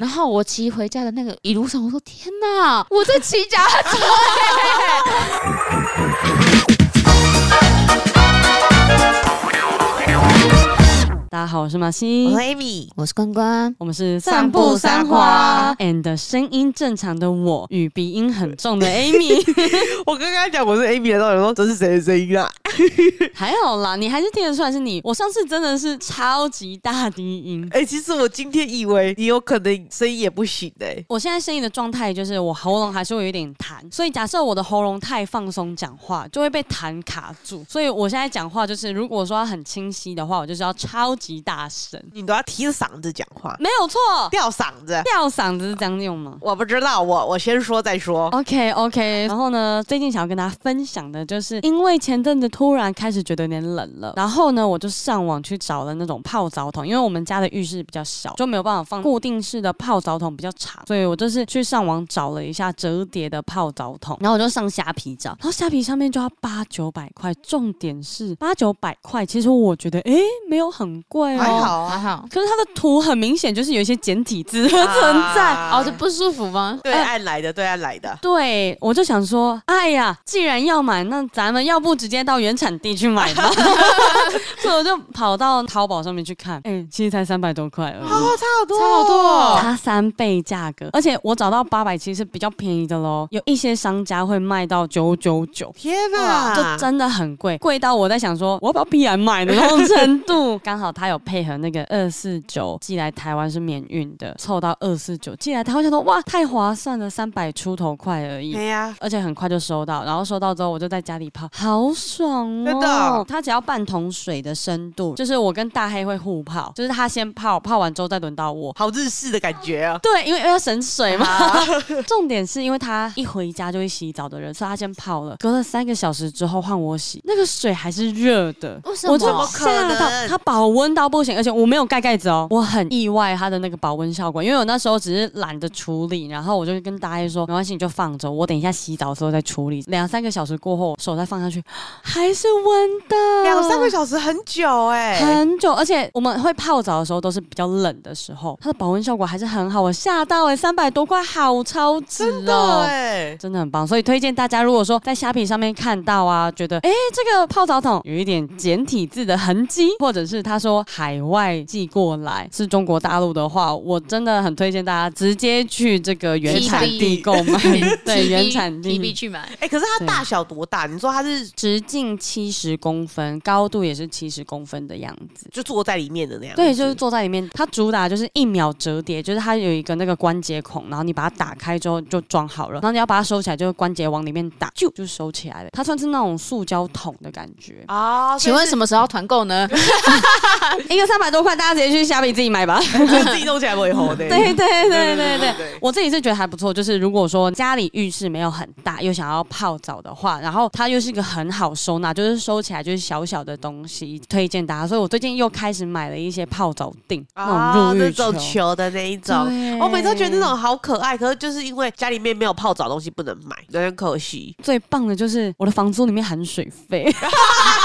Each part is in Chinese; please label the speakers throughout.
Speaker 1: 然后我骑回家的那个一路上，我说天哪，我在骑脚踏车欸、
Speaker 2: 大家好，我是马西，
Speaker 3: Amy，
Speaker 1: 我是关关，
Speaker 2: 我们是
Speaker 3: 散步三花
Speaker 2: and 声音正常的我与鼻音很重的 Amy，
Speaker 3: 我刚刚讲我是 Amy 的时候，我说这是谁的声音啊？
Speaker 2: 还好啦，你还是听得出来是你。我上次真的是超级大低音。
Speaker 3: 哎、其实我今天以为你有可能声音也不行哎、
Speaker 2: 我现在声音的状态就是我喉咙还是会有一点痰，所以假设我的喉咙太放松讲话，就会被痰卡住。所以我现在讲话就是，如果说要很清晰的话，我就是要超级大声，
Speaker 3: 你都要提着嗓子讲话，
Speaker 2: 没有错。
Speaker 3: 吊嗓子。
Speaker 2: 吊嗓子是这样用吗？
Speaker 3: 我不知道，我我先说再说。
Speaker 2: OK OK，然后呢，最近想要跟大家分享的就是，因为前阵子突然开始觉得有点冷了，然后呢，我就上网去找了那种泡澡桶，因为我们家的浴室比较小，就没有办法放固定式的泡澡桶比较长，所以我就是去上网找了一下折叠的泡澡桶，然后我就上虾皮找，然后虾皮上面就要八九百块，重点是八九百块，其实我觉得诶没有很贵哦，
Speaker 3: 还好
Speaker 1: 还
Speaker 3: 啊，
Speaker 1: 好，
Speaker 2: 可是它的图很明显就是有一些简体字的存在。
Speaker 3: 啊
Speaker 2: 哦
Speaker 1: 哦，这不舒服吗？
Speaker 3: 对岸来的，对岸来的。
Speaker 2: 对，我就想说，哎呀，既然要买，那咱们要不直接到原产地去买 吧？所以我就跑到淘宝上面去看，哎、其实才三百多块而已。
Speaker 3: 哦，差嗯好多
Speaker 1: 差好多哦
Speaker 2: 差三倍价格，而且我找到八百其实是比较便宜的喽，有一些商家会卖到九九九，
Speaker 3: 天
Speaker 2: 啊这
Speaker 3: 哪！
Speaker 2: 真的很贵，贵到我在想说，我要不要必然买的那种程 度。刚好他有配合那个二四九寄来台湾是免运的，凑到二四九寄来台湾，我想说哇，太划算了，三百出头块而已。
Speaker 3: 哎呀，
Speaker 2: 而且很快就收到，然后收到之后我就在家里泡，好爽哦！
Speaker 3: 真的
Speaker 2: 它只要半桶水的深度，就是我跟大黑会互泡，就是他先泡，泡完之后再轮到 我。
Speaker 3: 好日式的感觉啊！
Speaker 2: 对，因为因为要省水嘛。
Speaker 3: 啊
Speaker 2: 重点是因为他一回家就会洗澡的人，所以他先泡了，隔了三个小时之后换我洗，那个水还是热的，
Speaker 1: 为什么
Speaker 2: 我就
Speaker 1: 怎么，
Speaker 3: 可能
Speaker 2: 吓到它保温到不行，而且我没有盖盖子哦，我很意外它的那个保温效果，因为我那时候只是懒得处理，然后我就跟大家说没关系，你就放着，我等一下洗澡的时候再处理。两三个小时过后，手再放下去还是温的，
Speaker 3: 两三个小时很久哎、
Speaker 2: 嗯很久，而且我们会泡澡的时候都是比较冷的时候，它的保温效果还是很好，我吓到哎、欸，三百多块好超值
Speaker 3: 真的
Speaker 2: 哦、
Speaker 3: 哎、
Speaker 2: 真的很棒，所以推荐大家，如果说在虾皮上面看到啊，觉得哎、诶这个泡澡桶有一点简体字的痕迹，或者是他说海外寄过来是中国大陆的话，我真的很推荐大家直接去这个原产地购买 对，
Speaker 1: 提
Speaker 2: 原
Speaker 1: 笔
Speaker 2: 产
Speaker 1: 提笔
Speaker 2: 地。
Speaker 1: 去买，
Speaker 3: 哎、可是它
Speaker 2: 对
Speaker 3: 大小多大？你说它是
Speaker 2: 直径七十公分，高度也是七十公分的样子。
Speaker 3: 就坐在里面的那样子？
Speaker 2: 对，就是坐在里面。它主打就是一秒折叠，就是它有一个那个关节孔，然后你把它打开之后就装好了，然后你要把它收起来，就是关节往里面打，就就收起来了。它算是那种塑胶桶的感觉，
Speaker 3: 啊。
Speaker 1: 请问
Speaker 3: 么？
Speaker 1: 什么时候团购呢？
Speaker 2: 一个三百多块，大家直接去虾皮自己买 吧。
Speaker 3: 就是自己弄起来不会红的。
Speaker 2: 对对对对对
Speaker 3: 对
Speaker 2: 对
Speaker 3: 对
Speaker 2: 我自己是觉得还不错。就是如果说家里浴室没有很大，又想要泡澡的话，然后它又是一个很好收纳，就是收起来就是小小的东西，推荐大家。所以我最近又开始买了一些泡澡锭，那
Speaker 3: 啊，
Speaker 2: 种入
Speaker 3: 那
Speaker 2: 浴球。
Speaker 3: 种球的那一种。
Speaker 2: 对
Speaker 3: 我每次都觉得那种好可爱，可是就是因为家里面没有泡澡东西不能买，有点可惜。
Speaker 2: 最棒的就是我的房租里面含水费，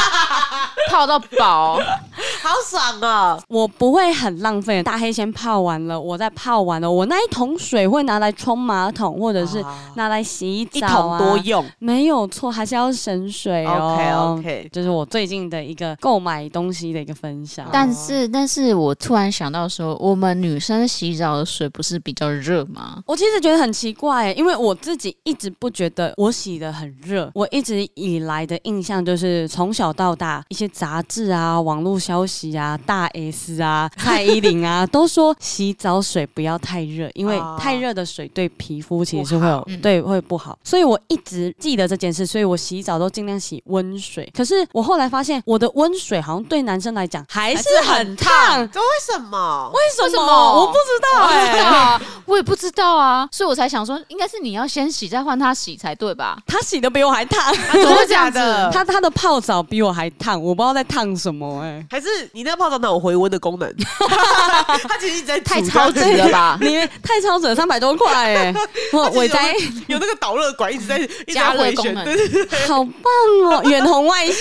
Speaker 1: 泡到饱，
Speaker 3: 好爽哦！
Speaker 2: 我不会很浪费。大黑先泡完了，我再泡完了，我那一桶水会拿来冲马桶，或者是
Speaker 3: 啊
Speaker 2: 拿来洗
Speaker 3: 一
Speaker 2: 澡、啊、
Speaker 3: 桶多用。
Speaker 2: 没有错，还是要省水哦。
Speaker 3: OK OK，
Speaker 2: 就是我最近的一个购买东西的一个分享。
Speaker 1: 但是但是我突然想到说，我们女生洗澡的水不是比较热吗？
Speaker 2: 我其实觉得很奇怪欸耶，因为我自己一直不觉得我洗的很热。我一直以来的印象就是，从小到大一些杂志啊、网络消息啊、大 S 啊、 蔡依林啊，都说洗澡水不要太热，因为
Speaker 3: 哦
Speaker 2: 太热的水对皮肤其实是会有
Speaker 1: 不好嗯
Speaker 2: 对会不好。所以我一直记得这件事，所以我洗澡都尽量洗温水。可是我后来发现，我的温水好像对男生来讲还是很烫。
Speaker 3: 这为什么？
Speaker 2: 为
Speaker 1: 为什
Speaker 2: 什
Speaker 1: 么
Speaker 2: 么？我不知道哎、
Speaker 1: 啊，我也不知道啊，所以我才想说，应该是你要先洗再换它洗才对吧？
Speaker 2: 他洗的比我还烫，
Speaker 3: 啊真的假
Speaker 1: 这
Speaker 3: 的？
Speaker 2: 他他的泡澡比我还烫，我不知道在烫什么哎、
Speaker 3: 还是你那泡澡哪有回温的功能？它其实一直在煮
Speaker 1: 太超值
Speaker 3: 这样
Speaker 1: 了吧？
Speaker 2: 你们太超值了，三百多块哎、 我
Speaker 3: 它其实
Speaker 2: 我在
Speaker 3: 有那个导热管一直在一直在
Speaker 1: 加热
Speaker 3: 回
Speaker 1: 功
Speaker 3: 旋，
Speaker 1: 能
Speaker 3: 对对对，
Speaker 2: 好棒哦，远红外线，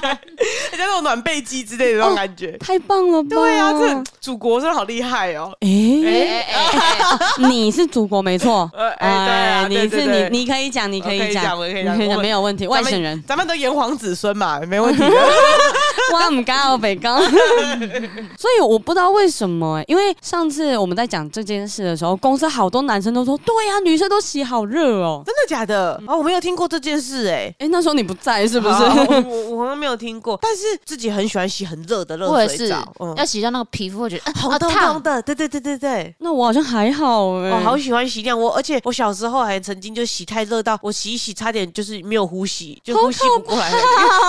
Speaker 3: 很像那种暖被机之类的那种
Speaker 2: 哦
Speaker 3: 感觉。
Speaker 2: 太棒了吧？
Speaker 3: 对啊，这祖国真的好厉害哦。
Speaker 2: 哎、
Speaker 1: 哎哎哎，
Speaker 2: 你是祖国没错，
Speaker 3: 呃哎对啊对
Speaker 2: 你
Speaker 3: 对
Speaker 2: 是
Speaker 3: 对
Speaker 2: 你，你可以讲，你可
Speaker 3: 我可
Speaker 2: 以
Speaker 3: 以
Speaker 2: 讲，
Speaker 3: 讲我可以
Speaker 2: 你
Speaker 3: 讲
Speaker 2: 可以讲，
Speaker 3: 我
Speaker 2: 没有问题，外省人，
Speaker 3: 咱们咱们都炎黄子孙嘛，没问题的。
Speaker 2: 我唔敢我北 刚，所以我不知道为什么、欸，因为上次我们在讲这件事的时候，公司好多男生都说，对呀、女生都洗好热哦、
Speaker 3: 真的假的？哦，我没有听过这件事哎。
Speaker 2: 哎、那时候你不在 是不是？
Speaker 3: 好我我好像没有听过，但是自己很喜欢洗很热的
Speaker 1: 我
Speaker 3: 热
Speaker 1: 也
Speaker 3: 水
Speaker 1: 是
Speaker 3: 澡，嗯，
Speaker 1: 要洗掉那个皮肤，我觉得啊
Speaker 3: 红彤彤
Speaker 1: 烫，
Speaker 3: 的，对对对对对。
Speaker 2: 那我好像还好哎、
Speaker 3: 我、哦好喜欢洗那样，我而且我小时候还曾经就洗太热到我洗一洗差点就是没有呼吸，就呼吸不过来，因为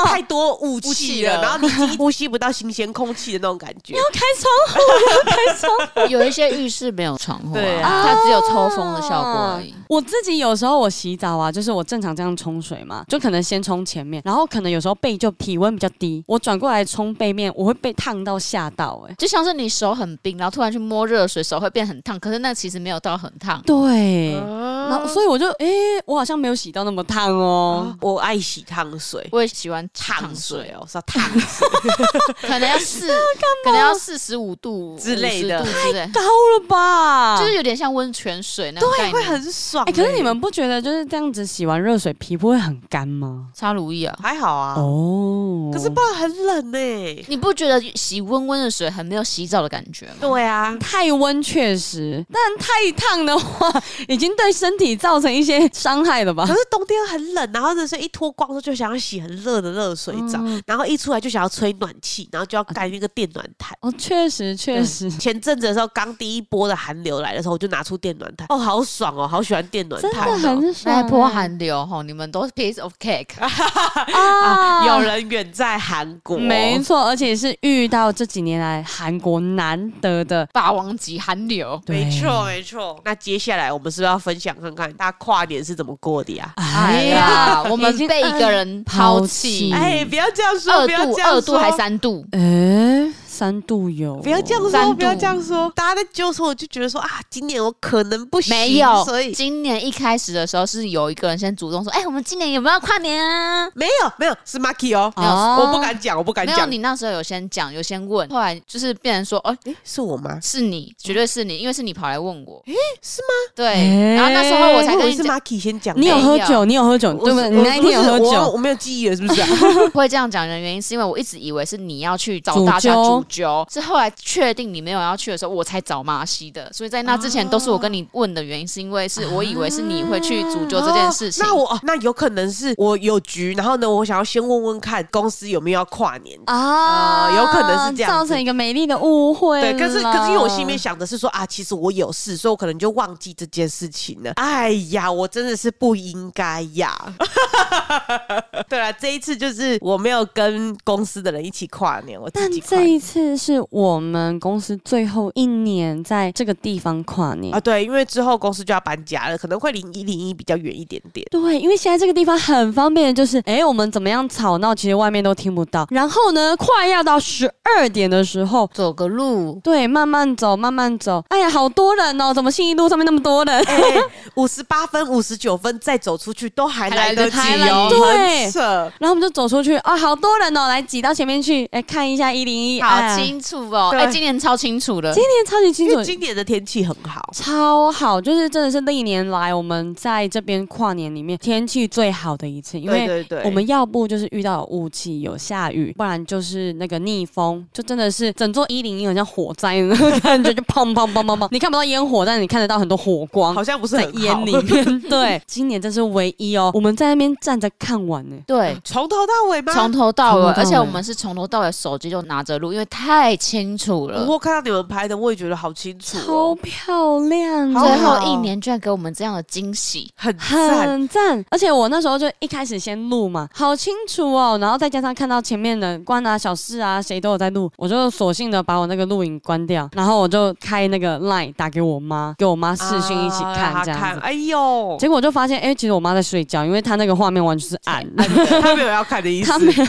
Speaker 3: 太多雾
Speaker 1: 雾
Speaker 3: 气
Speaker 1: 气
Speaker 3: 了，
Speaker 1: 了
Speaker 3: 然后你已经呼吸不到新鲜空气的那种感觉。
Speaker 2: 要开窗户，要开窗 户。
Speaker 1: 有一些浴室没有窗户，
Speaker 3: 对啊
Speaker 1: 啊，它只有抽风的效果而已。
Speaker 2: 我自己有时候我洗澡啊，就是我正常这样冲水嘛，就可能先冲前面，然后可能有时候背就体温比较低，我转过来冲背面，我会被烫到吓到哎、
Speaker 1: 就像是你手很冰，然后突然去摸热水，手会变很烫，可是那其实没有到很 烫。
Speaker 2: 对，然
Speaker 3: 啊
Speaker 2: 后所以我就哎、我好像没有洗到那么烫哦。
Speaker 3: 我爱洗烫水，
Speaker 1: 我也喜欢
Speaker 3: 烫
Speaker 1: 烫
Speaker 3: 水
Speaker 1: 水，
Speaker 3: 哦，是要烫水
Speaker 1: 可能要四， 可能要四十五度
Speaker 3: 之类的
Speaker 1: 50度之类
Speaker 3: 啊
Speaker 1: 的，
Speaker 2: 高了吧？
Speaker 1: 就是有点像温泉水那种概
Speaker 3: 会
Speaker 1: 念。
Speaker 3: 很爽、
Speaker 2: 哎、可是你们不觉得就是这样子洗完热水皮肤会很干吗？
Speaker 1: 擦乳液啊，
Speaker 3: 还好啊，
Speaker 2: 哦，
Speaker 3: 可是不然很冷呢、欸
Speaker 1: 你不觉得洗温温的水很没有洗澡的感觉吗？
Speaker 3: 对啊，
Speaker 2: 太温确实，但太烫的话，已经对身体造成一些伤害
Speaker 1: 啊
Speaker 2: 了吧
Speaker 3: 可？是冬天很冷，然后人生一脱光之后就想要洗很热的热水澡，
Speaker 1: 嗯
Speaker 3: 然后一出来就想要吹暖气，然后就要
Speaker 1: 啊
Speaker 3: 盖那个电暖毯。
Speaker 2: 哦，确实确实，
Speaker 3: 前阵子的时候，刚第一波的寒流来的时候，我就拿出电暖毯，哦，好爽哦，好喜欢电暖
Speaker 2: 真的
Speaker 3: 毯、哦。
Speaker 2: 很
Speaker 1: 那
Speaker 2: 爽、
Speaker 1: 一波寒流吼，你们都是 piece of cake，
Speaker 2: 啊
Speaker 3: 有人远在韩 国，
Speaker 2: 没错，而且是遇到这几年来韩国难得的，
Speaker 1: 霸王级寒流。
Speaker 2: 对
Speaker 3: 没错，。没错。那接下来我们是不是要分享看看大家跨年是怎么过的呀？
Speaker 1: 哎
Speaker 2: 哎呀，
Speaker 1: 呀，我们
Speaker 2: 已经
Speaker 1: 被一个人抛
Speaker 2: 嗯
Speaker 1: 弃，
Speaker 3: 哎，不要这样说，
Speaker 1: 啊二
Speaker 3: 不要
Speaker 1: 度
Speaker 3: 这样
Speaker 1: 二度
Speaker 3: 说，
Speaker 1: 还三度，
Speaker 2: 哎，三度有，哦
Speaker 3: 不要这样
Speaker 1: 三
Speaker 3: 说，
Speaker 1: 度
Speaker 3: 不要这样说。大家在揪说，我就觉得说啊，今年我可能不行，
Speaker 1: 没有
Speaker 3: 所以。
Speaker 1: 今年一开始的时候是有一个人先主动说，哎，我们今年有没有跨年啊？
Speaker 3: 没有没有是 Marky 哦，
Speaker 2: 哦
Speaker 3: 我不敢讲，我不敢
Speaker 1: 没有，
Speaker 3: 讲，
Speaker 1: 你那时候有先讲，有先问，后来就是变成说，哦，
Speaker 3: 诶是我吗？
Speaker 1: 是你，绝对是你，因为是你跑来问我，诶，
Speaker 3: 是
Speaker 1: 吗？
Speaker 2: 诶
Speaker 1: 对，然后那时候我才
Speaker 3: 哎
Speaker 1: 跟
Speaker 3: 我以为
Speaker 1: 你
Speaker 3: 是
Speaker 1: 讲，
Speaker 3: Marky 先讲的，
Speaker 2: 你有喝
Speaker 1: 没
Speaker 2: 酒，
Speaker 1: 有
Speaker 2: 你有喝酒，
Speaker 3: 我
Speaker 2: 对不对？你那一天有喝
Speaker 3: 我是我
Speaker 2: 酒，
Speaker 3: 我没有记忆了，是 不是啊？
Speaker 1: 会这样讲的原因是因为我一直以为是你要去找
Speaker 2: 主
Speaker 1: 大家
Speaker 2: 揪
Speaker 1: 主揪，是后来确定你没有要去的时候，我才找马西的，所以在那之前都是我跟你问的原因，是因为是我以为是你会去主揪这件事情。
Speaker 3: 哦那我哦那有可能是我有局，然后呢，我想要先问问看公司有没有要跨年。
Speaker 2: 啊
Speaker 3: 啊有可能是这样子
Speaker 2: 造成一个美丽的误会
Speaker 3: 对，
Speaker 2: 啦。
Speaker 3: 可是可是因为我心里
Speaker 2: 哦
Speaker 3: 面想的是说啊，其实我有事，所以我可能就忘记这件事情了。哎呀，我真的是不应该呀。 对了，这一次就是我没有跟公司的人一起跨年，我自
Speaker 2: 但
Speaker 3: 己跨
Speaker 2: 这
Speaker 3: 年
Speaker 2: 一次是我们公司最后一年在这个地方跨年
Speaker 3: 啊，。对，因为之后公司就要搬家了，可能会离一零一比较远一点点。
Speaker 2: 对，因为现在这个地方很方便，就是哎，诶我们怎么样吵闹，其实外面都听不到。然后呢，快要到十二点的时候，
Speaker 1: 走个路，
Speaker 2: 对，慢慢走，慢慢走。哎呀，好多人哦，怎么信义路上面那么多人？
Speaker 3: 五十八分、五十九分再走出去都还
Speaker 1: 还
Speaker 3: 来
Speaker 1: 来得
Speaker 3: 得及
Speaker 1: 及哦
Speaker 3: 哦，
Speaker 2: 对
Speaker 3: 很 扯。
Speaker 2: 然后我们就走出去，啊、好多人哦，来挤到前面去，哎，看一下一零一，
Speaker 1: 好
Speaker 2: 哎
Speaker 1: 清楚哦，
Speaker 3: 对
Speaker 1: 哎，今年超清楚的
Speaker 2: 今，天超级清
Speaker 3: 因
Speaker 2: 楚
Speaker 3: 为，今年的天气很好，
Speaker 2: 超好，就是真的是历年来我们在这边跨年里面天气最好的一次，因为
Speaker 3: 对对对，
Speaker 2: 我们要不就是遇到有雾气、有下雨，不然就是那个逆风，就真的是整座一零一好像火灾的那个 感觉，就砰砰砰砰 砰，你看不到烟火，但你看得到很多火光
Speaker 3: 好像不是
Speaker 2: 在
Speaker 3: 很好
Speaker 2: 烟里。面。对，今年真是唯一哦，我们在那边站着看完呢、
Speaker 1: 对。
Speaker 3: 从头到尾吗？
Speaker 1: 从头到
Speaker 2: 从头
Speaker 1: 尾，
Speaker 2: 到
Speaker 1: 而且我
Speaker 2: 尾
Speaker 1: 们是从头到尾手机就拿着录，因为太清楚了。
Speaker 3: 我看到你们拍的，我也觉得好清楚、
Speaker 2: 超
Speaker 3: 哦，
Speaker 2: 漂亮的，啊
Speaker 3: 好
Speaker 1: 最
Speaker 3: 好
Speaker 1: 后一年居然给我们这样的惊 喜，
Speaker 3: 很赞。
Speaker 2: 很赞，而且我那时候就一开始先录嘛，好清楚哦，然后再加上看到前面的关啊、小事啊，谁都有在录，我就索性的把我那个录影关掉，然后我就开那个 Line 打给我妈，给我妈视讯一起
Speaker 3: 啊
Speaker 2: 看
Speaker 3: 让
Speaker 2: 这样
Speaker 3: 他看
Speaker 2: 子。
Speaker 3: 哎呦，
Speaker 2: 结果我就发现，哎、其实我妈在睡觉，因为她那个画面完全是暗 的。
Speaker 3: 他没有要看的意思
Speaker 2: 她。没有，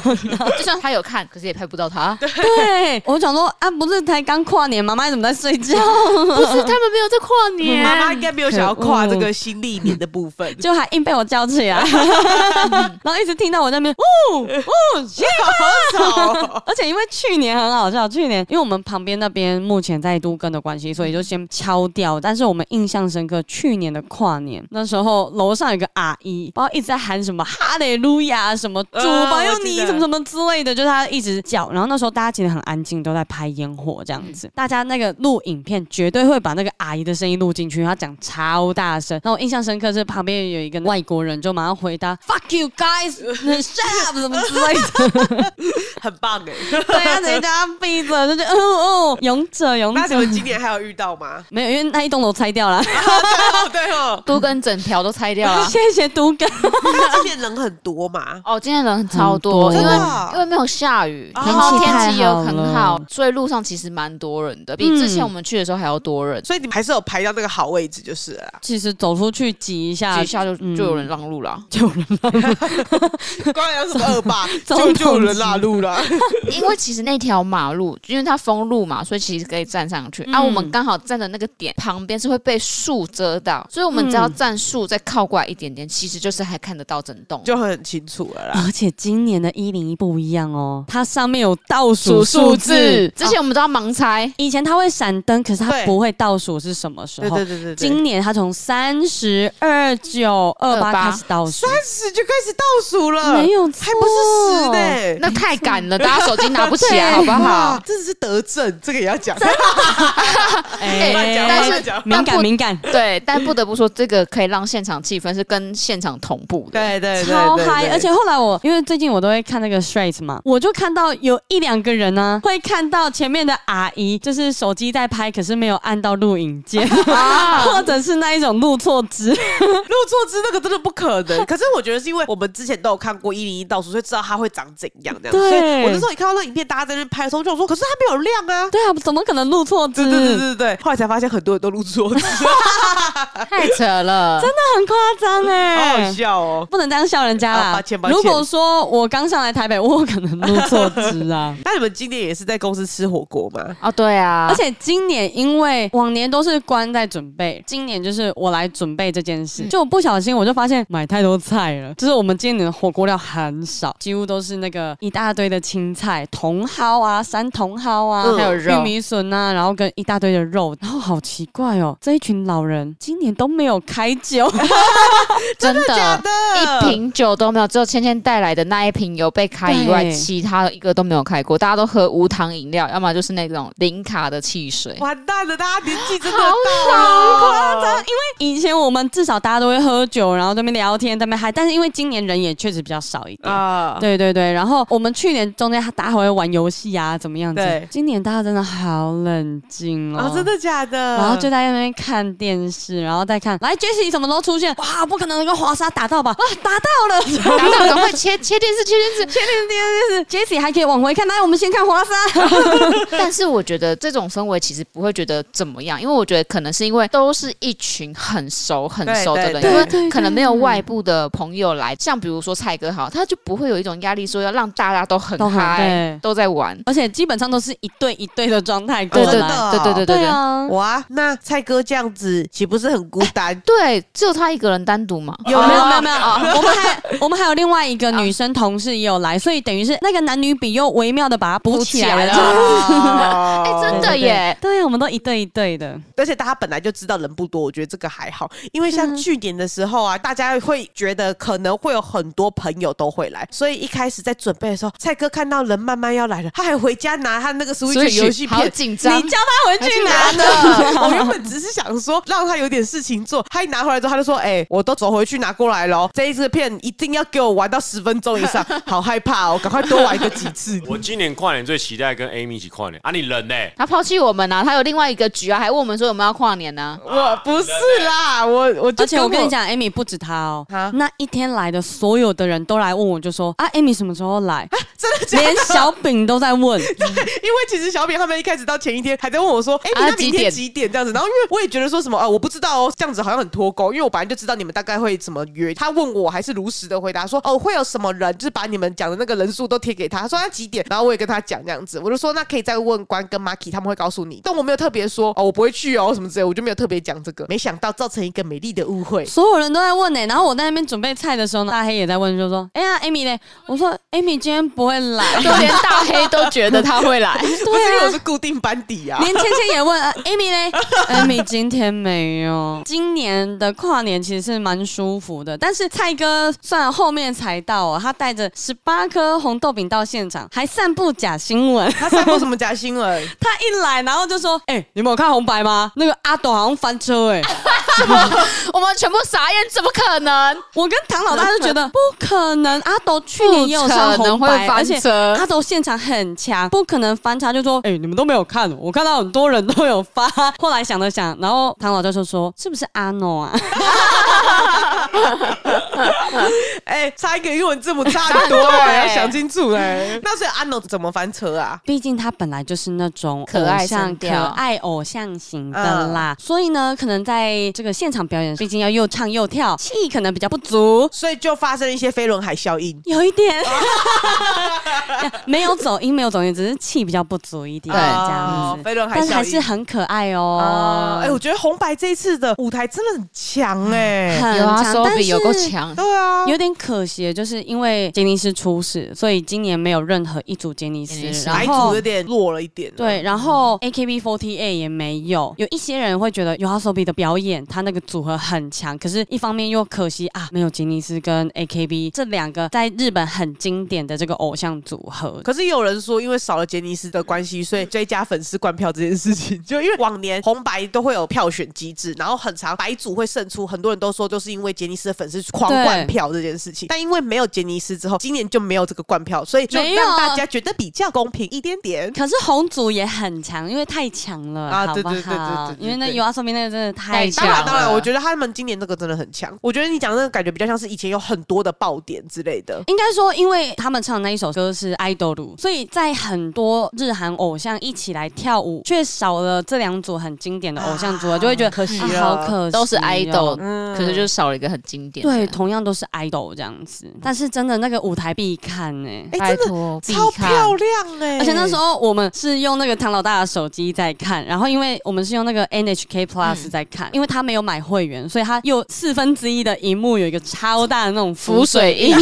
Speaker 1: 就算他有看，可是也拍不到 他。不
Speaker 2: 对我想说啊，不是才刚跨年，妈妈怎么在睡 觉？
Speaker 1: 是他们没有在跨年，
Speaker 3: 妈妈应该没有想要跨这个新历年的部 分，
Speaker 2: 就还硬被我叫起 来，然后一直听到我在那边呜呜，
Speaker 3: 好丑哦。
Speaker 2: 而且因为去年很好笑，去年因为我们旁边那边目前在都更的关系，所以就先敲掉。但是我们印象深刻，去年的跨年那时候，楼上有个阿姨，不知道一直在喊什么哈利路亚，什么主
Speaker 3: 嗯
Speaker 2: 保佑
Speaker 3: 我
Speaker 2: 你，
Speaker 3: 记得
Speaker 2: 什么什么之类的，就是她一直叫。然后那时候大家其实很安静，都在拍烟火这样子。大家那个录影片绝对会把那个阿姨的声音录进去，她讲超大声。那我印象深刻是旁边有一个外国人就马上回答 “fuck you guys”，shut up 什么之类的。
Speaker 3: 很棒哎。
Speaker 2: 对啊，人家闭着就觉得，哦哦，勇者勇
Speaker 3: 那你
Speaker 2: 者？
Speaker 3: 们，今年还有遇到吗
Speaker 2: 没有，因为那一栋楼拆掉了，。
Speaker 3: 哦，对哦，
Speaker 1: 都跟整条都拆掉了
Speaker 3: 啊
Speaker 2: 谢谢都哥。
Speaker 3: 那今年人很多嘛。
Speaker 1: 哦，今天人超多，
Speaker 2: 很
Speaker 1: 因为
Speaker 2: 多
Speaker 3: 真的啊
Speaker 1: 因为没有下雨，
Speaker 3: 哦
Speaker 1: 然后
Speaker 2: 天气太好
Speaker 1: 天气又很好
Speaker 2: 了，嗯。
Speaker 1: 所以路上其实蛮多人的，比之前我们去的时候还要多人，
Speaker 3: 所以你们还是有排到那个好位置就是了啦
Speaker 2: 其实走出去挤一下，
Speaker 1: 几下就
Speaker 2: 嗯
Speaker 1: 就有人让路了。
Speaker 2: 就有人
Speaker 3: 刚才要什么恶霸，
Speaker 2: 总
Speaker 3: 就就有人
Speaker 2: 总
Speaker 3: 拉路了。
Speaker 1: 因为其实那条马路，因为它封路嘛，所以其实可以站上去。
Speaker 2: 嗯
Speaker 1: 啊，我们刚好站的那个点旁边是会被树遮到，所以我们只要
Speaker 2: 嗯
Speaker 1: 站树再靠过来一点点，其实就是还看得到整栋。
Speaker 3: 就很清楚了啦。
Speaker 2: 而且今年的一零一不一样哦，它上面有倒数数字。啊
Speaker 1: 之前我们都要盲猜，
Speaker 2: 以前它会闪灯，可是它
Speaker 3: 对
Speaker 2: 不会倒数是什么时
Speaker 3: 对
Speaker 2: 候
Speaker 3: 对。对对对，
Speaker 2: 今年它从三十二九二八
Speaker 1: 28
Speaker 2: 开始倒数，
Speaker 3: 开始就开始倒数了，
Speaker 2: 没有错
Speaker 3: 还不是十呢？
Speaker 1: 那太赶了，大家手机拿不起来，
Speaker 2: 对
Speaker 1: 好不好
Speaker 3: 哇？， 真的是得证，这个也要讲。
Speaker 2: 哎
Speaker 3: 乱讲
Speaker 1: 但
Speaker 3: 乱
Speaker 1: 是
Speaker 3: 讲
Speaker 2: 敏感敏感，
Speaker 1: 对，但不得不说，这个可以让现场气氛是跟现场同步的。
Speaker 3: 对对对，
Speaker 2: 超
Speaker 3: 对
Speaker 2: 嗨！
Speaker 3: 对
Speaker 2: 而且后来我因为最近我都会看那个 Straight 嘛，我就看到有一两个人呢、会看到前面的阿姨就是手机在拍，可是没有按到录影 键，
Speaker 1: 啊
Speaker 2: 或者是那一种录错字。
Speaker 3: 入错字那个真的不可能。可是我觉得是因为我们之前都有看过一零一倒数，所以知道它会长怎样这样。
Speaker 2: 对
Speaker 3: 所以我那时候也看到那影片，大家在那边拍的时候，我就想说，可是它没有亮啊。
Speaker 2: 对啊，怎么可能录错字？
Speaker 3: 对对对对对，后来才发现很多人都入错字，
Speaker 1: 太扯了，真的。
Speaker 2: 那很夸张
Speaker 3: 好好
Speaker 2: 哎。
Speaker 3: 笑哦。
Speaker 2: 不能这样笑人家
Speaker 3: 啊
Speaker 2: 啦
Speaker 3: 抱歉！抱歉
Speaker 2: 如果说我刚上来台北，我有可能录错字啊。
Speaker 3: 那你们今年也是在公司吃火锅吗？
Speaker 1: 哦，对啊，
Speaker 2: 而且今年因为往年都是关在准备，今年就是我来准备这件事。
Speaker 1: 嗯
Speaker 2: 就我不小心我就发现买太多菜了，就是我们今年的火锅料很少，几乎都是那个一大堆的青菜，茼蒿啊、山茼蒿啊，
Speaker 3: 嗯
Speaker 2: 还有
Speaker 1: 肉
Speaker 2: 玉米笋啊，然后跟一大堆的肉，然后好奇怪哦，这一群老人今年都没有开酒，
Speaker 1: 真
Speaker 3: 假
Speaker 1: 的。
Speaker 3: 的，
Speaker 1: 一瓶酒都没有，只有芊芊带来的那一瓶有被开以外，
Speaker 2: 对
Speaker 1: 其他的一个都没有开过。大家都喝无糖饮料，要么就是那种零卡的汽水。
Speaker 3: 完蛋了，大家年纪真的
Speaker 1: 好
Speaker 3: 到了，夸张。
Speaker 2: 以前我们至少大家都会喝酒，然后在那边聊天，在那边嗨，但是因为今年人也确实比较少一点。
Speaker 3: 啊！
Speaker 2: 对对对，然后我们去年中间大家还会玩游戏啊，怎么样子？
Speaker 3: 对
Speaker 2: 今年大家真的好冷静哦，
Speaker 3: 啊，真。的假的？
Speaker 2: 然后就在那边看电视，然后再看，来 Jesse 什么时候出现？哇，不可能跟华莎打到吧？啊，打到了，
Speaker 1: 打到赶快切切电视，切电视。
Speaker 2: 确定电视 Jesse 还可以往回看，来我们先看华莎。
Speaker 1: 但是我觉得这种氛围其实不会觉得怎么样，因为我觉得可能是因为都是一群很熟很熟的
Speaker 3: 对
Speaker 1: 人，
Speaker 3: 对
Speaker 1: 因为
Speaker 3: 对
Speaker 1: 可能没有外部的朋友来，像比如说蔡哥好，他就不会有一种压力，说要让大家都很
Speaker 2: 都很
Speaker 1: 嗨
Speaker 2: 对，
Speaker 1: 都在玩。
Speaker 2: 而且基本上都是一对一对的状态过
Speaker 1: 对对
Speaker 3: 真
Speaker 2: 来。
Speaker 3: 的
Speaker 1: 对对对哦对
Speaker 2: 对
Speaker 1: 对。
Speaker 2: 啊，
Speaker 3: 哇，那蔡哥这样子岂不是很孤单？
Speaker 1: 对，只有他一个人单独嘛，
Speaker 2: 有哦没有没有没有， 我们还我们还有另外一个女生同事也有来，所以等于是那个男女比又微妙的把它补起来
Speaker 1: 补起来了
Speaker 2: 了。
Speaker 1: 哎
Speaker 3: 哎
Speaker 1: 真的
Speaker 2: 对对对
Speaker 1: 耶
Speaker 2: 对啊，我们都一对一对的。
Speaker 3: 而且大家本来就知道人不多，我觉觉得这个还好，因为像去年的时候啊，大家会觉得可能会有很多朋友都会来，所以一开始在准备的时候，蔡哥看到人慢慢要来了，他还回家拿他那个 Switch 的
Speaker 1: Switch，
Speaker 3: 游戏
Speaker 1: 好
Speaker 3: 片。
Speaker 1: 紧张
Speaker 2: 你，叫他回去拿
Speaker 3: 拿 的，我原本只是想说让他有点事情做，他一拿回来之后，他就说：“哎、我都走回去拿过来了哦，这一次的片一定要给我玩到十分钟以 上，好害怕哦，赶快多玩个几次。
Speaker 4: 我今年跨年最期待跟 Amy 一起跨年啊！你人呢、
Speaker 1: 他抛弃我们呐、啊，他有另外一个局啊，还问我们说有没有要跨年呢、”
Speaker 3: 我不是啦，我我就
Speaker 2: 而且我跟
Speaker 3: 我
Speaker 2: 你，讲，Amy 不止他哦
Speaker 3: 啊，
Speaker 2: 那一天来的所有的人都来问我，就说啊，Amy 什么时候 来？
Speaker 3: 真的假的？
Speaker 2: 连小饼都在 问，
Speaker 3: 因为其实小饼他们一开始到前一天还在问我说：“哎、
Speaker 1: 啊
Speaker 3: 你那明
Speaker 1: 几
Speaker 3: 天
Speaker 1: 点
Speaker 3: 几点？”这样子，然后因为我也觉得说什么啊、我不知道哦，这样子好像很脱钩，因为我本来就知道你们大概会怎么约。他问我，我还是如实的回答说：“哦，会有什么人？就是把你们讲的那个人数都贴给他。”他说他几点，然后我也跟他讲这样子，我就说那可以再问关跟 Marky 他们会告诉你，但我没有特别说哦，我不会去哦什么之类，我就没有特别讲这个。没想到造成一个美丽的误会。
Speaker 2: 所有人都在问呢、然后我在那边准备菜的时候呢，大黑也在问，就说哎呀，Amy 嘞？我说 Amy 今天不会 来。
Speaker 1: 啊，就连大黑都觉得他会来。
Speaker 3: 不是因为
Speaker 2: 对
Speaker 3: 我
Speaker 2: 啊
Speaker 3: 是。固定班底啊，
Speaker 2: 连芊芊也问、呃、Amy 嘞，Amy 今天没有。今年的跨年其实是蛮舒服的，但是蔡哥虽然后面才到哦，他带着十八颗红豆饼到现场，还散布假新闻。
Speaker 3: 他散播什么假新闻？
Speaker 2: 他一来，然后就说：“哎、你们有看红白吗？那个阿斗好像翻 车哎、
Speaker 1: 我们全部傻眼，怎么可能？
Speaker 2: 我跟唐老大就觉得不可能，阿斗去年也有上红
Speaker 1: 不可能
Speaker 2: 白，
Speaker 1: 会翻
Speaker 2: 而且
Speaker 1: 车
Speaker 2: 阿斗现场很强，不可能翻车。就说：“哎、你们都没有看，我看到很多人都有发。”后来想了想，然后唐老大就说：“是不是阿诺啊？
Speaker 3: 哎、差一个英文字母差很多、
Speaker 1: 差很多
Speaker 3: 哎，
Speaker 1: 哎
Speaker 3: 要想清楚哎、那所以阿诺怎么翻车啊？
Speaker 2: 毕竟他本来就是那种
Speaker 1: 可爱
Speaker 2: 偶像
Speaker 1: 声
Speaker 2: 可
Speaker 1: 调嗯
Speaker 2: 爱偶像型的啦，所以呢，可能在这个现场表演，毕竟要又唱又跳，气可能比较不足。”
Speaker 3: 所以就发生一些飞轮海效应。
Speaker 2: 有一 点， 没有走音，没有走音，只是气比较不足一点，
Speaker 1: 对
Speaker 2: 这
Speaker 3: 哦
Speaker 2: 样子。
Speaker 3: 飞轮海
Speaker 2: 但是
Speaker 3: 效
Speaker 2: 还是
Speaker 3: 应。
Speaker 2: 很可爱
Speaker 3: 哦
Speaker 2: 哦，，
Speaker 3: 哎、我觉得红白这一次的舞台真的很强哎、
Speaker 2: 很
Speaker 1: 有啊，
Speaker 2: 强
Speaker 1: 手
Speaker 2: 但
Speaker 1: 比有够
Speaker 2: 是
Speaker 1: 强。
Speaker 3: 对啊，
Speaker 2: 有点可惜，就是因为杰尼斯出事，所以今年没有任何一组杰尼斯
Speaker 1: 杰尼，斯
Speaker 2: 然
Speaker 3: 白
Speaker 2: 后
Speaker 3: 组有点弱了一点。啊
Speaker 2: 对，，然后 AKB48 也没有，有一些人会觉得 y o a s o b i 的表演，他那个组合很强，可是一方面又可惜啊，没有杰尼斯跟 AKB 这两个在日本很经典的这个偶像组合，
Speaker 3: 可是也有人说，因为少了杰尼斯的关系，所以追加粉丝灌票这件事情，就因为往年红白都会有票选机制，然后很长白组会胜出，很多人都说就是因为杰尼斯的粉丝狂
Speaker 2: 对
Speaker 3: 灌票这件事情。但因为没有杰尼斯之后，今年就没有这个灌票，所以就
Speaker 2: 没有
Speaker 3: 让大家觉得比较公平一点点。
Speaker 2: 可是红组也很强，因为太强了，
Speaker 3: 啊
Speaker 2: 好不好
Speaker 3: 对对对对对对
Speaker 2: 因为那 U R 上面那个真的太
Speaker 1: 太
Speaker 2: 强
Speaker 1: 强
Speaker 2: 了
Speaker 3: 当然，
Speaker 1: 了
Speaker 3: 当然，我觉得他们今年这个真的很强。我觉得你讲的那个感觉比较像是以前有很多的爆点之类的。
Speaker 2: 应该说，因为他们唱的那一首歌是《idol》，所以在很多日韩偶像一起来跳舞，却少了这两组很经典的偶像组合，
Speaker 3: 啊
Speaker 2: 就会觉得
Speaker 3: 可惜
Speaker 2: 啊
Speaker 3: 了
Speaker 2: 好可惜哦，
Speaker 1: 都是 idol，、
Speaker 3: 嗯
Speaker 1: 可是就少了一个很经典的。
Speaker 2: 对，同样都是 idol 这样子，但是真的那个舞台必看呢、
Speaker 3: 哎、
Speaker 1: 拜
Speaker 3: 真的
Speaker 1: 托，必
Speaker 3: 超
Speaker 1: 看
Speaker 3: 漂亮哎、
Speaker 2: 而且那时候我们是用那个唐老大的手机在看，然后因为我们是用那个 NHK Plus 在看，因为他没有买会员，所以他又四分之一的荧幕有一个超大的那种
Speaker 1: 浮
Speaker 2: 浮水，
Speaker 1: 水印，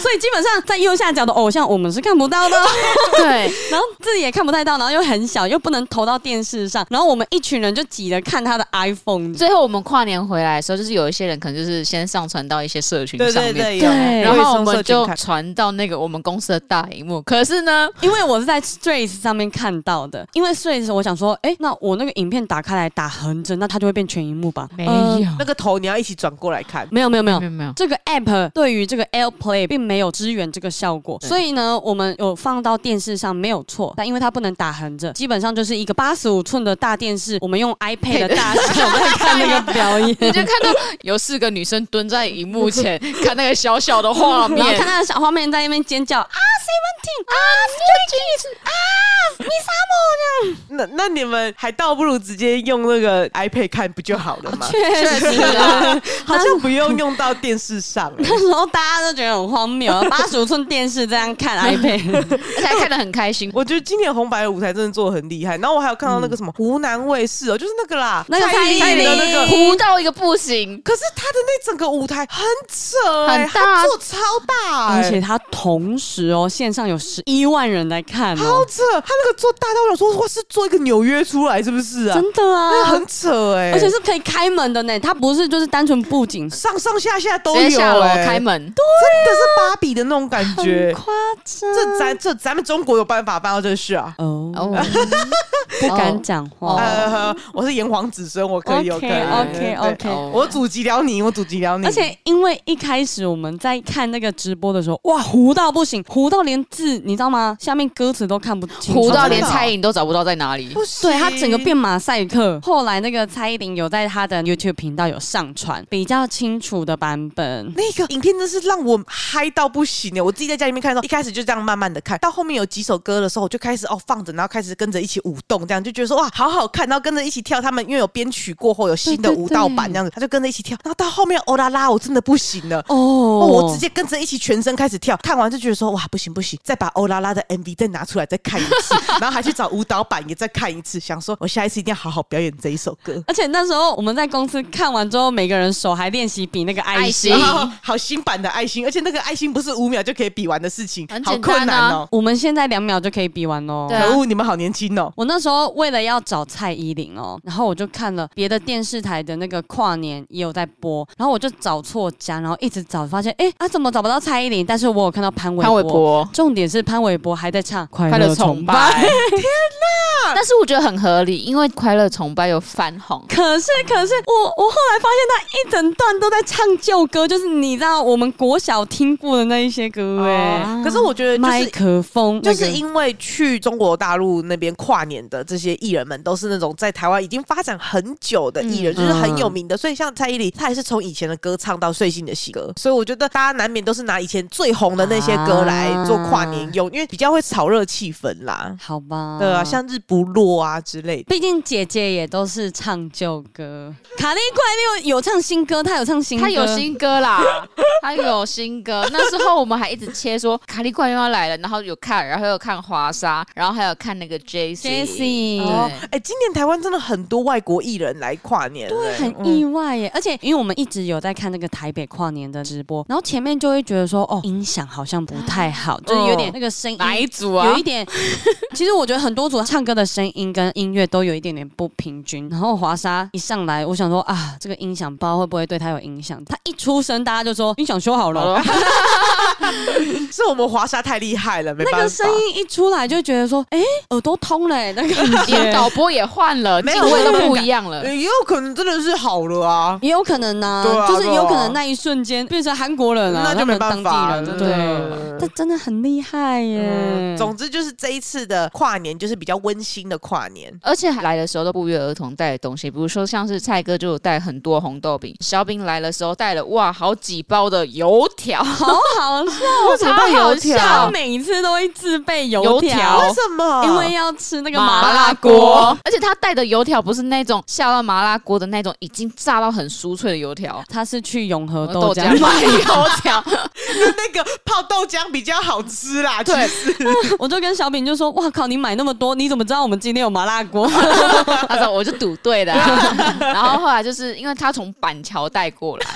Speaker 2: 所以基本上在右下角的偶像我们是看不到的，
Speaker 1: 对，
Speaker 2: 然后自己也看不太到，然后又很小，又不能投到电视上，然后我们一群人就挤着看他的 iPhone。
Speaker 1: 最后我们跨年回来的时候，就是有一些人可能就是先上传到一些社群
Speaker 3: 对
Speaker 1: 上
Speaker 3: 对
Speaker 1: 面，
Speaker 3: 对，
Speaker 2: 对
Speaker 3: 有
Speaker 1: 然后我
Speaker 3: 有一
Speaker 1: 们
Speaker 3: 双
Speaker 1: 就
Speaker 3: 社群看
Speaker 1: 传到那个我们公司的大荧幕。可是呢，
Speaker 2: 因为我是在 Strays 上面看到的，因为 Strays 我想说，哎、那我那个影片打开来打横着，那它就会变全荧幕吧？
Speaker 1: 没
Speaker 2: 呃
Speaker 3: 那个头你要一起转过来看。
Speaker 2: 没有没有没有
Speaker 1: 嗯 没有，没有，。
Speaker 2: 这个 app 对于这个 AirPlay 并没有支援这个效果，所以呢，我们有放到电视上没有错，但因为它不能打横着，基本上就是一个八十五寸的大电视，我们用 iPad 的大小在看那个表演
Speaker 1: 你就看到有四个女生蹲在荧幕前看那个小小的画
Speaker 2: 然后看
Speaker 1: 面，
Speaker 2: 到小画面在那边尖叫啊，Seventeen 啊，Seventeen 啊，Miss Amo
Speaker 3: 那那你们还倒不如直接用那个 iPad 看不就好了吗？
Speaker 2: 这样，哦确实啊，
Speaker 3: 好像不用用到电视上、欸
Speaker 2: 那时候大家都觉得很荒 谬，八十五寸电视这样看 iPad，
Speaker 1: 而且还看得很开 心。
Speaker 3: 我觉得今年红白的舞台真的做的很厉害，然后我还有看到那个什么湖南卫视哦，就是那个啦，
Speaker 2: 嗯那个蔡
Speaker 3: 依
Speaker 2: 依
Speaker 3: 林的
Speaker 2: 林
Speaker 3: 那个，
Speaker 1: 哎糊到一个不行，
Speaker 3: 可是他他的那整个舞台很扯、欸，
Speaker 1: 很大
Speaker 3: 他做超大、欸，
Speaker 2: 而且他同时哦，线上有十一万人在看
Speaker 3: 好
Speaker 2: 哦，
Speaker 3: 扯，他那个做大到我想说，哇，是做一个纽约出来是不是啊？
Speaker 2: 真的
Speaker 3: 那
Speaker 2: 啊，
Speaker 3: 很扯哎、
Speaker 2: 而且是可以开门的呢，它不是就是单纯布景，
Speaker 3: 上上下下都
Speaker 1: 直接
Speaker 3: 有、
Speaker 1: 下楼
Speaker 3: 哎
Speaker 1: 开门，
Speaker 3: 真的是芭比的那种感
Speaker 2: 很
Speaker 3: 觉。
Speaker 2: 夸张。
Speaker 3: 这咱这咱们中国有办法办到这事啊？
Speaker 2: 哦，
Speaker 1: 哦，
Speaker 2: 不敢讲话。
Speaker 1: 哦
Speaker 3: 呃，我是炎黄子孙，我可以，我可以
Speaker 2: OK OK
Speaker 3: 对
Speaker 1: 哦
Speaker 2: OK。
Speaker 3: 我祖籍辽宁，我祖籍辽宁，
Speaker 2: 而且因为一开始我们在看那个直播的时候，哇，糊到不行，糊到连字你知道吗？下面歌词都看不清楚，
Speaker 1: 糊到
Speaker 3: 真的
Speaker 1: 连
Speaker 3: 哦
Speaker 1: 蔡颖都找不到在哪里。
Speaker 3: 不行
Speaker 2: 对他整个变马赛克。后来那个蔡依林有在她的 YouTube 频道有上传比较清楚的版本。
Speaker 3: 那个影片真是让我嗨到不行哎！我自己在家里面看的时候，一开始就这样慢慢的看，到后面有几首歌的时候，我就开始哦放着，然后开始跟着一起舞动，这样就觉得说哇好好看，然后跟着一起跳。他们因为有编曲过后有新的
Speaker 2: 对对
Speaker 3: 舞蹈版这样子，他就跟着一起跳。然后到后面哦啦啦，我真的不行了。
Speaker 2: 哦，
Speaker 3: 哦，
Speaker 2: 我
Speaker 3: 我直接跟着一起全身开始跳，看完就觉得说哇不行不行，再把欧拉拉的 MV 再拿出来再看一 次，然后还去找舞蹈版也再看一次，想说我下一次一定要好好表演这一首歌。
Speaker 2: 而且那时候我们在公司看完之后，每个人手还练习比那个爱
Speaker 1: 爱
Speaker 2: 心。
Speaker 1: 心
Speaker 3: 然后好新版的爱心，而且那个爱心不是五秒就可以比完的事情，
Speaker 1: 很
Speaker 3: 好
Speaker 1: 简单啊
Speaker 3: 困难哦。
Speaker 2: 我们现在两秒就可以比完哦。
Speaker 1: 对啊
Speaker 3: 可恶，你们好年轻哦！
Speaker 2: 我那时候为了要找蔡依林哦，然后我就看了别的电视台的那个跨年也有在播，然后我就找错家，然后一直找，发现哎啊怎么找不到蔡依林？但是我有看到潘玮
Speaker 1: 潘玮柏
Speaker 2: 重点是潘玮柏还在唱《快
Speaker 1: 快乐
Speaker 2: 乐
Speaker 1: 崇
Speaker 2: 崇
Speaker 1: 拜，
Speaker 2: 拜》。
Speaker 1: 但是我觉得很合理，因为快乐崇拜有翻红，
Speaker 2: 可是，可是我我后来发现他一整段都在唱旧歌，就是你知道我们国小听过的那一些歌哎、
Speaker 1: 嗯
Speaker 3: 可是我觉得就
Speaker 2: 麦
Speaker 3: 是。
Speaker 2: 克风那
Speaker 3: 就
Speaker 2: 个
Speaker 3: 是因为去中国大陆那边跨年的这些艺人们，都是那种在台湾已经发展很久的艺人，
Speaker 2: 嗯
Speaker 3: 就是很有名的。所以像蔡依林，她也是从以前的歌唱到最新的新歌，所以我觉得大家难免都是拿以前最红的那些
Speaker 2: 啊
Speaker 3: 歌来做跨年用，因为比较会炒热气氛啦。
Speaker 2: 好吧，
Speaker 3: 对啊，像日不落啊之类的。
Speaker 2: 毕竟姐姐也都是唱旧歌，卡莉怪六有唱新歌，她有唱新歌，
Speaker 1: 他有新歌啦， 他有新歌。那时候我们还一直切说卡利冠又要来了，然后有看，然后有看华莎，然后还有看那个 J C
Speaker 2: Jessie
Speaker 1: 哦，
Speaker 3: 哎、今年台湾真的很多外国艺人来跨年、
Speaker 2: 对，
Speaker 3: 哎
Speaker 2: 很
Speaker 3: 嗯
Speaker 2: 意外耶！而且因为我们一直有在看那个台北跨年的直播，然后前面就会觉得说，哦，音响好像不太好，就是有点那个声音
Speaker 1: 哪一组啊
Speaker 2: 有一点。 其实我觉得很多组唱歌的声音跟音乐都有一点点不平均。然后华莎一上来，我想说啊，这个音响包会不会对她有影响？她一出声，大家就说音响修好了。
Speaker 3: 是我们华沙太厉害了，没办
Speaker 2: 那
Speaker 3: 法。
Speaker 2: 个声音一出来，就觉得说，哎、耳朵通了耶、欸那个 感
Speaker 1: 连
Speaker 3: 啊
Speaker 2: 觉。
Speaker 1: 导播也换了，
Speaker 3: 没
Speaker 1: 定
Speaker 3: 有
Speaker 1: 位都不一样了。
Speaker 3: 呃也有可能真的是好了啊。
Speaker 2: 也有可能呐、
Speaker 3: 对啊
Speaker 2: 就是有可
Speaker 3: 对啊
Speaker 2: 能那一瞬间变成韩国人啊，
Speaker 3: 那就没
Speaker 2: 他
Speaker 3: 办
Speaker 2: 们
Speaker 3: 法
Speaker 2: 当地人
Speaker 1: 真
Speaker 2: 对
Speaker 1: 的。
Speaker 2: 这真的很厉害耶！
Speaker 3: 嗯，总之就是这一次的跨年就是比较温馨的跨年。
Speaker 1: 而且来的时候都不约而同带的东西，比如说像是蔡哥就有带很多红豆饼，小饼来的时候带了哇好几包的油条，
Speaker 2: 好好笑，
Speaker 1: 为什么带油条
Speaker 2: 他每一次都会自备油
Speaker 1: 油条
Speaker 3: 为什么？
Speaker 2: 因 为要吃那个
Speaker 1: 麻
Speaker 2: 麻
Speaker 1: 辣
Speaker 2: 辣
Speaker 1: 锅
Speaker 2: 锅。，
Speaker 1: 而且他带的油条不是那种下到麻辣锅的那种已经炸到很酥脆的油条，
Speaker 2: 他是去永和豆
Speaker 1: 豆
Speaker 2: 浆
Speaker 1: 浆
Speaker 2: 买，
Speaker 1: 买油条，
Speaker 3: 那个泡豆浆比较好吃啦。对，
Speaker 2: 我就跟小饼就说：“哇靠，你买那么多，你怎么知道我们今天有麻辣 锅
Speaker 1: 他说我就赌对了啊、然后后来就是因为他从板桥带过来，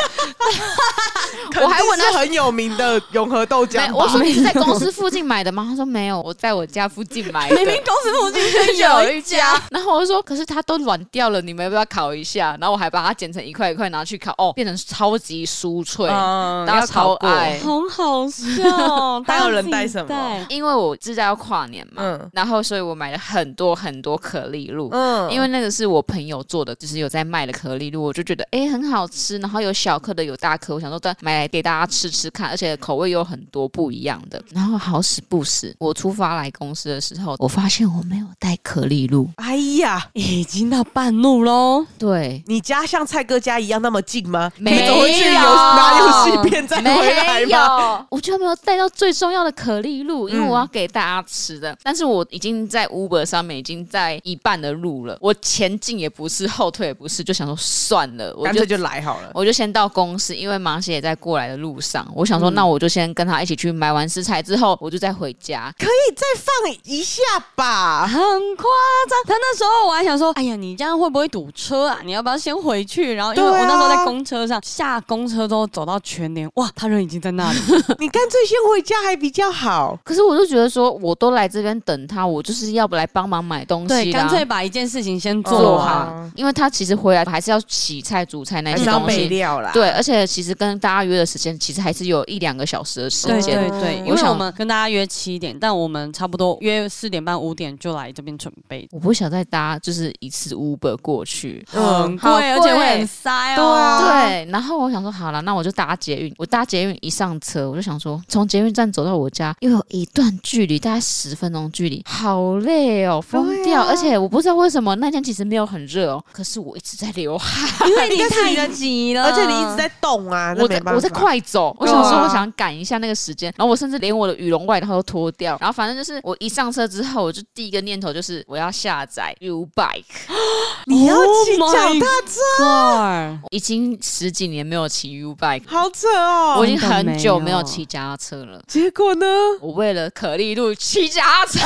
Speaker 1: 我还问他
Speaker 3: 肯定是很有名的永和豆
Speaker 1: 没
Speaker 3: 浆，
Speaker 1: 我说
Speaker 3: 吧。
Speaker 1: 你是在公司附近买的吗？他说没有，我在我家附近买？”的。
Speaker 2: 明明公司附 近就
Speaker 1: 有
Speaker 2: 有
Speaker 1: 一
Speaker 2: 一
Speaker 1: 家
Speaker 2: 家。，
Speaker 1: 然后我就说，可是它都软掉了，你们要不要烤一下？然后我还把它剪成一块一块拿去烤，哦，变成超级酥脆，
Speaker 3: 嗯
Speaker 1: 大家超爱。
Speaker 2: 很好笑，
Speaker 3: 还有人带什么
Speaker 2: 大家自己带
Speaker 1: 因为我知道要跨年嘛，
Speaker 3: 嗯
Speaker 1: 然后所以我买了很多很多可丽露。
Speaker 3: 嗯
Speaker 1: 因为那个是我朋友做的，就是有在卖的可丽露，我就觉得哎、诶很好吃，然后有小颗的，有大颗，我想说再买来给大家吃吃看，而且口味有很多不一样的。然后好死不死，我出发来公司的时候，我发现我没有带可丽露，
Speaker 3: 哎呀，
Speaker 2: 已经到半路喽。
Speaker 1: 对，
Speaker 3: 你家像蔡哥家一样那么近吗？
Speaker 1: 没有
Speaker 3: 你走回去有拿游戏片再回来
Speaker 1: 没
Speaker 3: 吗？
Speaker 1: 有，我居然没有带到最重要的可丽露，因为我要给大家吃的。但是我已经在 Uber 上面已经在一半的路了，我前进也不是，后退也不是，就想说算了，我
Speaker 3: 干
Speaker 1: 就
Speaker 3: 脆就来好了。
Speaker 1: 我就先到公司，因为马姐也在过来的路上，我想说，那我就先跟她一起去买完食材之后，我就再回家。
Speaker 3: 可以再放一下吧。
Speaker 2: 很夸张。他那时候我还想说，哎呀，你这样会不会堵车啊？你要不要先回去？然后因为
Speaker 3: 对啊
Speaker 2: 我那时候坐在公车上，下公车之后走到全联，哇，他人已经在那里了。
Speaker 3: 你干脆先回家还比较好。
Speaker 1: 可是我就觉得说，我都来这边等他，我就是要不来帮忙买东
Speaker 2: 对，
Speaker 1: 西啦，
Speaker 2: 干脆把一件事情先
Speaker 1: 做
Speaker 2: 做
Speaker 1: 好、
Speaker 2: 好。
Speaker 3: 啊
Speaker 1: 因为他其实回来还是要洗菜、煮菜那
Speaker 3: 还
Speaker 1: 些
Speaker 3: 是要
Speaker 1: 东
Speaker 3: 备
Speaker 1: 西。
Speaker 3: 料啦。
Speaker 1: 对，而且其实跟大家约的时间，其实还是有一两个小时的时
Speaker 2: 对
Speaker 1: 间。
Speaker 2: 对
Speaker 3: 嗯
Speaker 2: 对，因
Speaker 1: 我
Speaker 2: 为
Speaker 1: 想
Speaker 2: 我们跟大家约七点，但我们差不多约四点半五点就来这边准备，
Speaker 1: 我不想再搭就是一次 Uber 过去。
Speaker 3: 嗯
Speaker 2: 很
Speaker 1: 好
Speaker 2: 贵，而且
Speaker 1: 贵
Speaker 2: 会很塞哦。
Speaker 3: 对啊
Speaker 1: 对，然后我想说，好了，那我就搭捷运。我搭捷运一上车，我就想说，从捷运站走到我家又有一段距离，大概十分钟距离，好累哦，疯掉。而且我不知道为什么那天其实没有很热哦，可是我一直在流汗，
Speaker 2: 因为你
Speaker 3: 应该是你
Speaker 2: 太急了，
Speaker 3: 而且你一直在动啊，
Speaker 1: 嗯
Speaker 3: 那
Speaker 1: 我
Speaker 3: 没
Speaker 1: 在
Speaker 3: 办法。
Speaker 1: 我在快走，我
Speaker 3: 对
Speaker 1: 想
Speaker 3: 啊
Speaker 1: 说我想赶一下那个时间，然后我甚至连我的羽绒外套都脱掉，然后反正就是我一上车之后，我就第一个念头就是我要下载 U Bike。
Speaker 3: 你要
Speaker 2: Oh
Speaker 3: 骑脚
Speaker 2: my
Speaker 3: 踏车，
Speaker 2: God
Speaker 1: 已经十几年没有骑 U bike，
Speaker 3: 好扯哦。
Speaker 1: 我已经
Speaker 2: 真的没
Speaker 1: 很
Speaker 2: 有
Speaker 1: 久没有骑脚踏车了。
Speaker 3: 结果呢？
Speaker 1: 我为了可丽露骑脚踏车，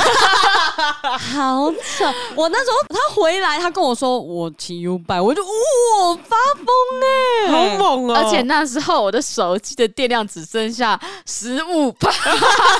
Speaker 2: 好扯！ 我那时候他回来，他跟我说我骑 U 拜，我就哇、我发疯
Speaker 3: 好
Speaker 2: 哎、
Speaker 3: 猛哦！
Speaker 1: 嗯而且那时候我的手机的电量只剩下十五趴，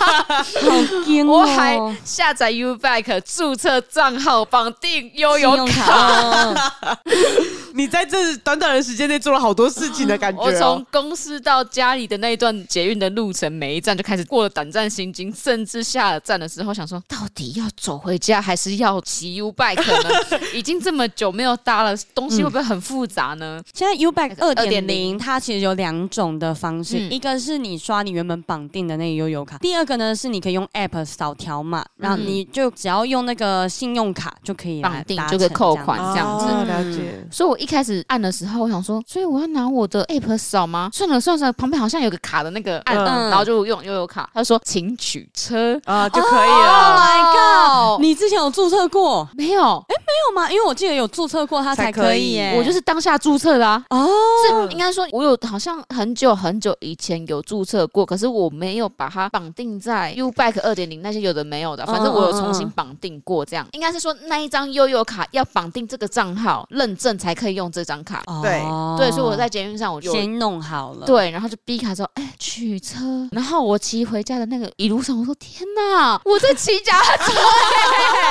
Speaker 2: 好惊哦
Speaker 1: 我还下载 U bike 注册账号，绑定悠
Speaker 2: 信
Speaker 1: 游
Speaker 2: 用
Speaker 1: 卡。
Speaker 2: 卡， 嗯
Speaker 3: 你在这短短的时间内做了好多事情的感觉
Speaker 1: 我从
Speaker 3: 哦。
Speaker 1: 公司到家里的那一段捷运的路程，每一站就开始过了胆战心惊，甚至下了站的时候想说，到底要走回家还是要骑 U bike 呢？已经这么久没有搭了，东西会不会很复杂呢？
Speaker 2: 现在 U Back 二点
Speaker 1: 2.0
Speaker 2: 零，它其实有两种的方式，
Speaker 1: 嗯
Speaker 2: 一个是你刷你原本绑定的那个悠游卡，第二个呢是你可以用 App 扫条码，然后你就只要用那个信用卡就可以来
Speaker 1: 嗯绑定
Speaker 2: 达
Speaker 1: 就可以
Speaker 2: 成
Speaker 1: 扣
Speaker 2: 这样
Speaker 1: 款这样子
Speaker 3: 哦了解。
Speaker 1: 所以我一开始按的时候，我想说，所以我要拿我的 app 扫吗？算了算了算了，旁边好像有个卡的那个按，
Speaker 3: 嗯
Speaker 1: 然后就用悠游卡。他说请取车，
Speaker 3: 啊，就可以了。
Speaker 2: Oh my god！你之前有注册过
Speaker 1: 没有，
Speaker 2: 没有吗？因为我记得有注册过，它
Speaker 3: 才
Speaker 2: 才
Speaker 3: 可
Speaker 2: 可以
Speaker 3: 以
Speaker 2: 耶。
Speaker 1: 我就是当下注册的啊。
Speaker 2: 哦，
Speaker 1: 是应该说，我有好像很久很久以前有注册过，可是我没有把它绑定在 U Bike 二点零那些有的没有的，反正我有重新绑定过。这样应该是说那一张悠游卡要绑定这个账号认证才可以用这张卡。
Speaker 3: 对
Speaker 2: 哦
Speaker 1: 对，所以我在捷运上我就
Speaker 2: 先弄好了。，
Speaker 1: 对，然后就逼卡说：“哎、取车。” 然后我骑回家的那个一路上，我说：“天哪，我在骑脚 踏车！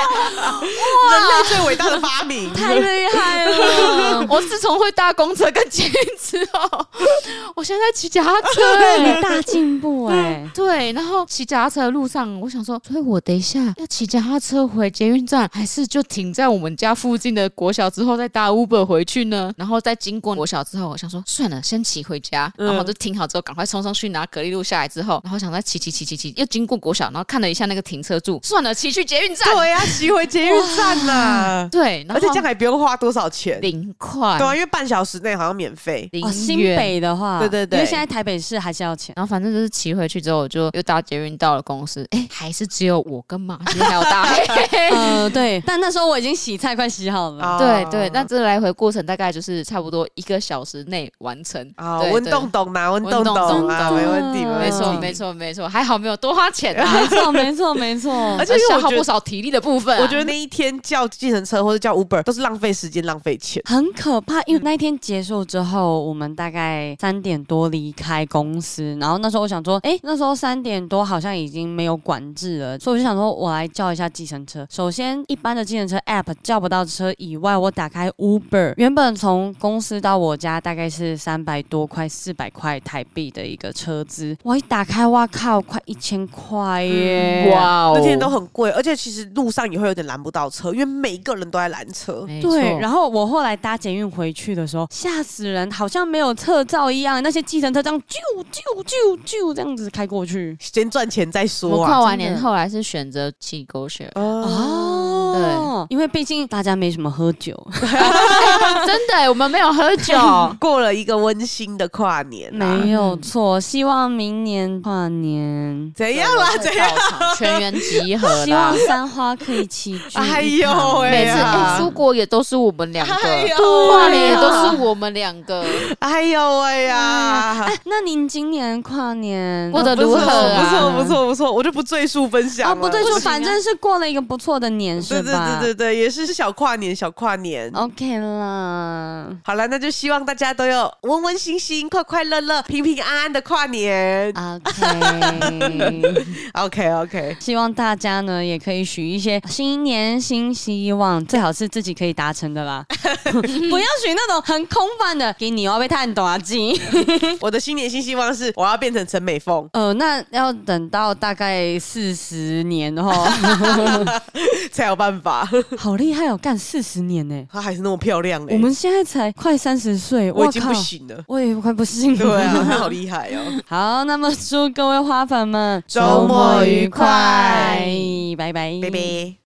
Speaker 3: 人类最伟大的发明，
Speaker 2: 太厉害 了！
Speaker 1: 哎 我自从会搭公车跟捷运之后， 我现在在骑脚踏车、 哎
Speaker 2: 你大进步哎、
Speaker 1: 对，然后骑脚踏车的路上，我想说，所以我等一下要骑脚踏车回捷运站，还是就停在我们家附近的国小之后再搭 Uber 回去呢？然后再经过国小之后，我想说，算了，先骑回家，
Speaker 3: 嗯
Speaker 1: 然后就停好之后，赶快冲上去拿可丽露下来之后，然后想再骑骑骑骑骑，又经过国小，然后看了一下那个停车柱，算了，骑去捷运站。
Speaker 3: 对呀，骑回捷运站呐。
Speaker 1: 对，然
Speaker 3: 而
Speaker 1: 后
Speaker 3: 且这样还不用花多少钱，对
Speaker 1: 零块，
Speaker 3: 啊，因为半小时内好像免费。
Speaker 1: 零
Speaker 2: 哦，新
Speaker 1: 元
Speaker 2: 北的话，
Speaker 3: 对对对
Speaker 2: 因为现在台北市还是要钱。
Speaker 1: 然后反正就是骑回去之后，我就又搭捷运到了公司，哎，还是只有我跟马西还有大黑。
Speaker 2: 呃，对， 但那时候我已经洗菜快洗好了。
Speaker 3: 啊
Speaker 1: 对对，那这来回过程大概就是差不多一个小时内完成。
Speaker 3: 啊，
Speaker 1: 对
Speaker 3: 温
Speaker 1: 对
Speaker 3: 动懂啦，温
Speaker 1: 温
Speaker 3: 动
Speaker 1: 动
Speaker 3: 懂
Speaker 1: 懂
Speaker 3: 啊，
Speaker 2: 真的
Speaker 3: 没问题，
Speaker 1: 没
Speaker 3: 没
Speaker 1: 错
Speaker 3: 问
Speaker 2: 嗯
Speaker 1: 没
Speaker 3: 题。
Speaker 1: 错没错，还好没有多花钱啊，
Speaker 2: 没错，没错，没错。
Speaker 3: 而且
Speaker 1: 而
Speaker 3: 因为
Speaker 1: 消
Speaker 3: 我
Speaker 1: 耗
Speaker 3: 觉
Speaker 1: 不
Speaker 3: 得，
Speaker 1: 少体力的部分啊。
Speaker 3: 我觉得那一天叫计程车或者叫 Uber 都是浪费时间、浪费钱。
Speaker 2: 很可怕，因为那一天结束之后，我们大概三点多离开公司，然后那时候我想说，哎、那时候三点多好像已经没有管制了，所以我就想说，我来叫一下计程车。首先，一般的计程车 app 叫不到车以外，我打开 Uber，原本从公司到我家大概是三百多块、四百块台币的一个车资，我一打开，哇靠，快一千块耶！
Speaker 1: 哇哦，
Speaker 3: 那天都很贵，而且其实路上也会有点拦不到车，因为每一个人都在拦车。
Speaker 1: 没错
Speaker 2: 对，然后我后来搭捷运回去的时候，吓死人，好像没有测照一样，那些计程车这样啾啾啾啾这样子开过去。
Speaker 3: 先赚钱再
Speaker 1: 我
Speaker 3: 说
Speaker 1: 跨
Speaker 3: 啊。
Speaker 1: 完
Speaker 2: 真的
Speaker 1: 年后来是选择骑 g o s h a
Speaker 2: 哦，对，因为毕竟大家没什么喝酒，
Speaker 1: 真的欸，我们没有喝 酒，
Speaker 3: 过了一个温馨的跨年啊啦，
Speaker 2: 没有错。希望明年跨年，
Speaker 3: 怎样啦？怎样？
Speaker 1: 到场全员集 合
Speaker 2: 希望
Speaker 1: 啦。
Speaker 2: 三花可以齐聚一堂。
Speaker 3: 哎呦喂
Speaker 1: 每次
Speaker 3: 啊
Speaker 1: 哎出国也都是我们两
Speaker 3: 哎
Speaker 1: 个，
Speaker 3: 呦啊
Speaker 1: 跨年也都是我们两个，
Speaker 3: 哎呦喂呀！
Speaker 2: 哎，那您今年跨年
Speaker 1: 过得
Speaker 3: 不
Speaker 1: 如
Speaker 3: 错，
Speaker 1: 何
Speaker 3: 不
Speaker 1: 啊？
Speaker 3: 错，不错，不错，我就不赘述分享
Speaker 2: 哦，
Speaker 3: 了。
Speaker 2: 不对，
Speaker 1: 不
Speaker 2: 就
Speaker 1: 行啊
Speaker 2: 反正是过了一个不错的年，
Speaker 3: 对
Speaker 2: 是
Speaker 3: 对
Speaker 2: 吧？哦
Speaker 3: 对对对对，也是小跨年，小跨年。
Speaker 2: OK 啦。
Speaker 3: 好了，那就希望大家都有温温馨馨、快快乐乐、平平安安的跨年。
Speaker 2: 啊 OK，
Speaker 3: OK OK，
Speaker 2: 希望大家呢也可以许一些新年新希望，最好是自己可以达成的 啦，不要许那种很空泛的，给你我要哦被探短啊金。
Speaker 3: 我的新年新希望是我要变成陈美凤，
Speaker 2: 呃，那要等到大概四十年哦后，
Speaker 3: 才有办法。
Speaker 2: 好厉害哦，干四十年呢、
Speaker 3: 她还是那么漂亮哎、
Speaker 2: 我们现在才快三十岁，
Speaker 3: 我已
Speaker 2: 哇
Speaker 3: 经
Speaker 2: 靠
Speaker 3: 不，行了。
Speaker 2: 我也快不行了。
Speaker 3: 对啊，她好厉害 哦！
Speaker 2: 好，那么祝各位花粉们
Speaker 3: 周末愉快
Speaker 2: 拜拜，
Speaker 3: 拜拜。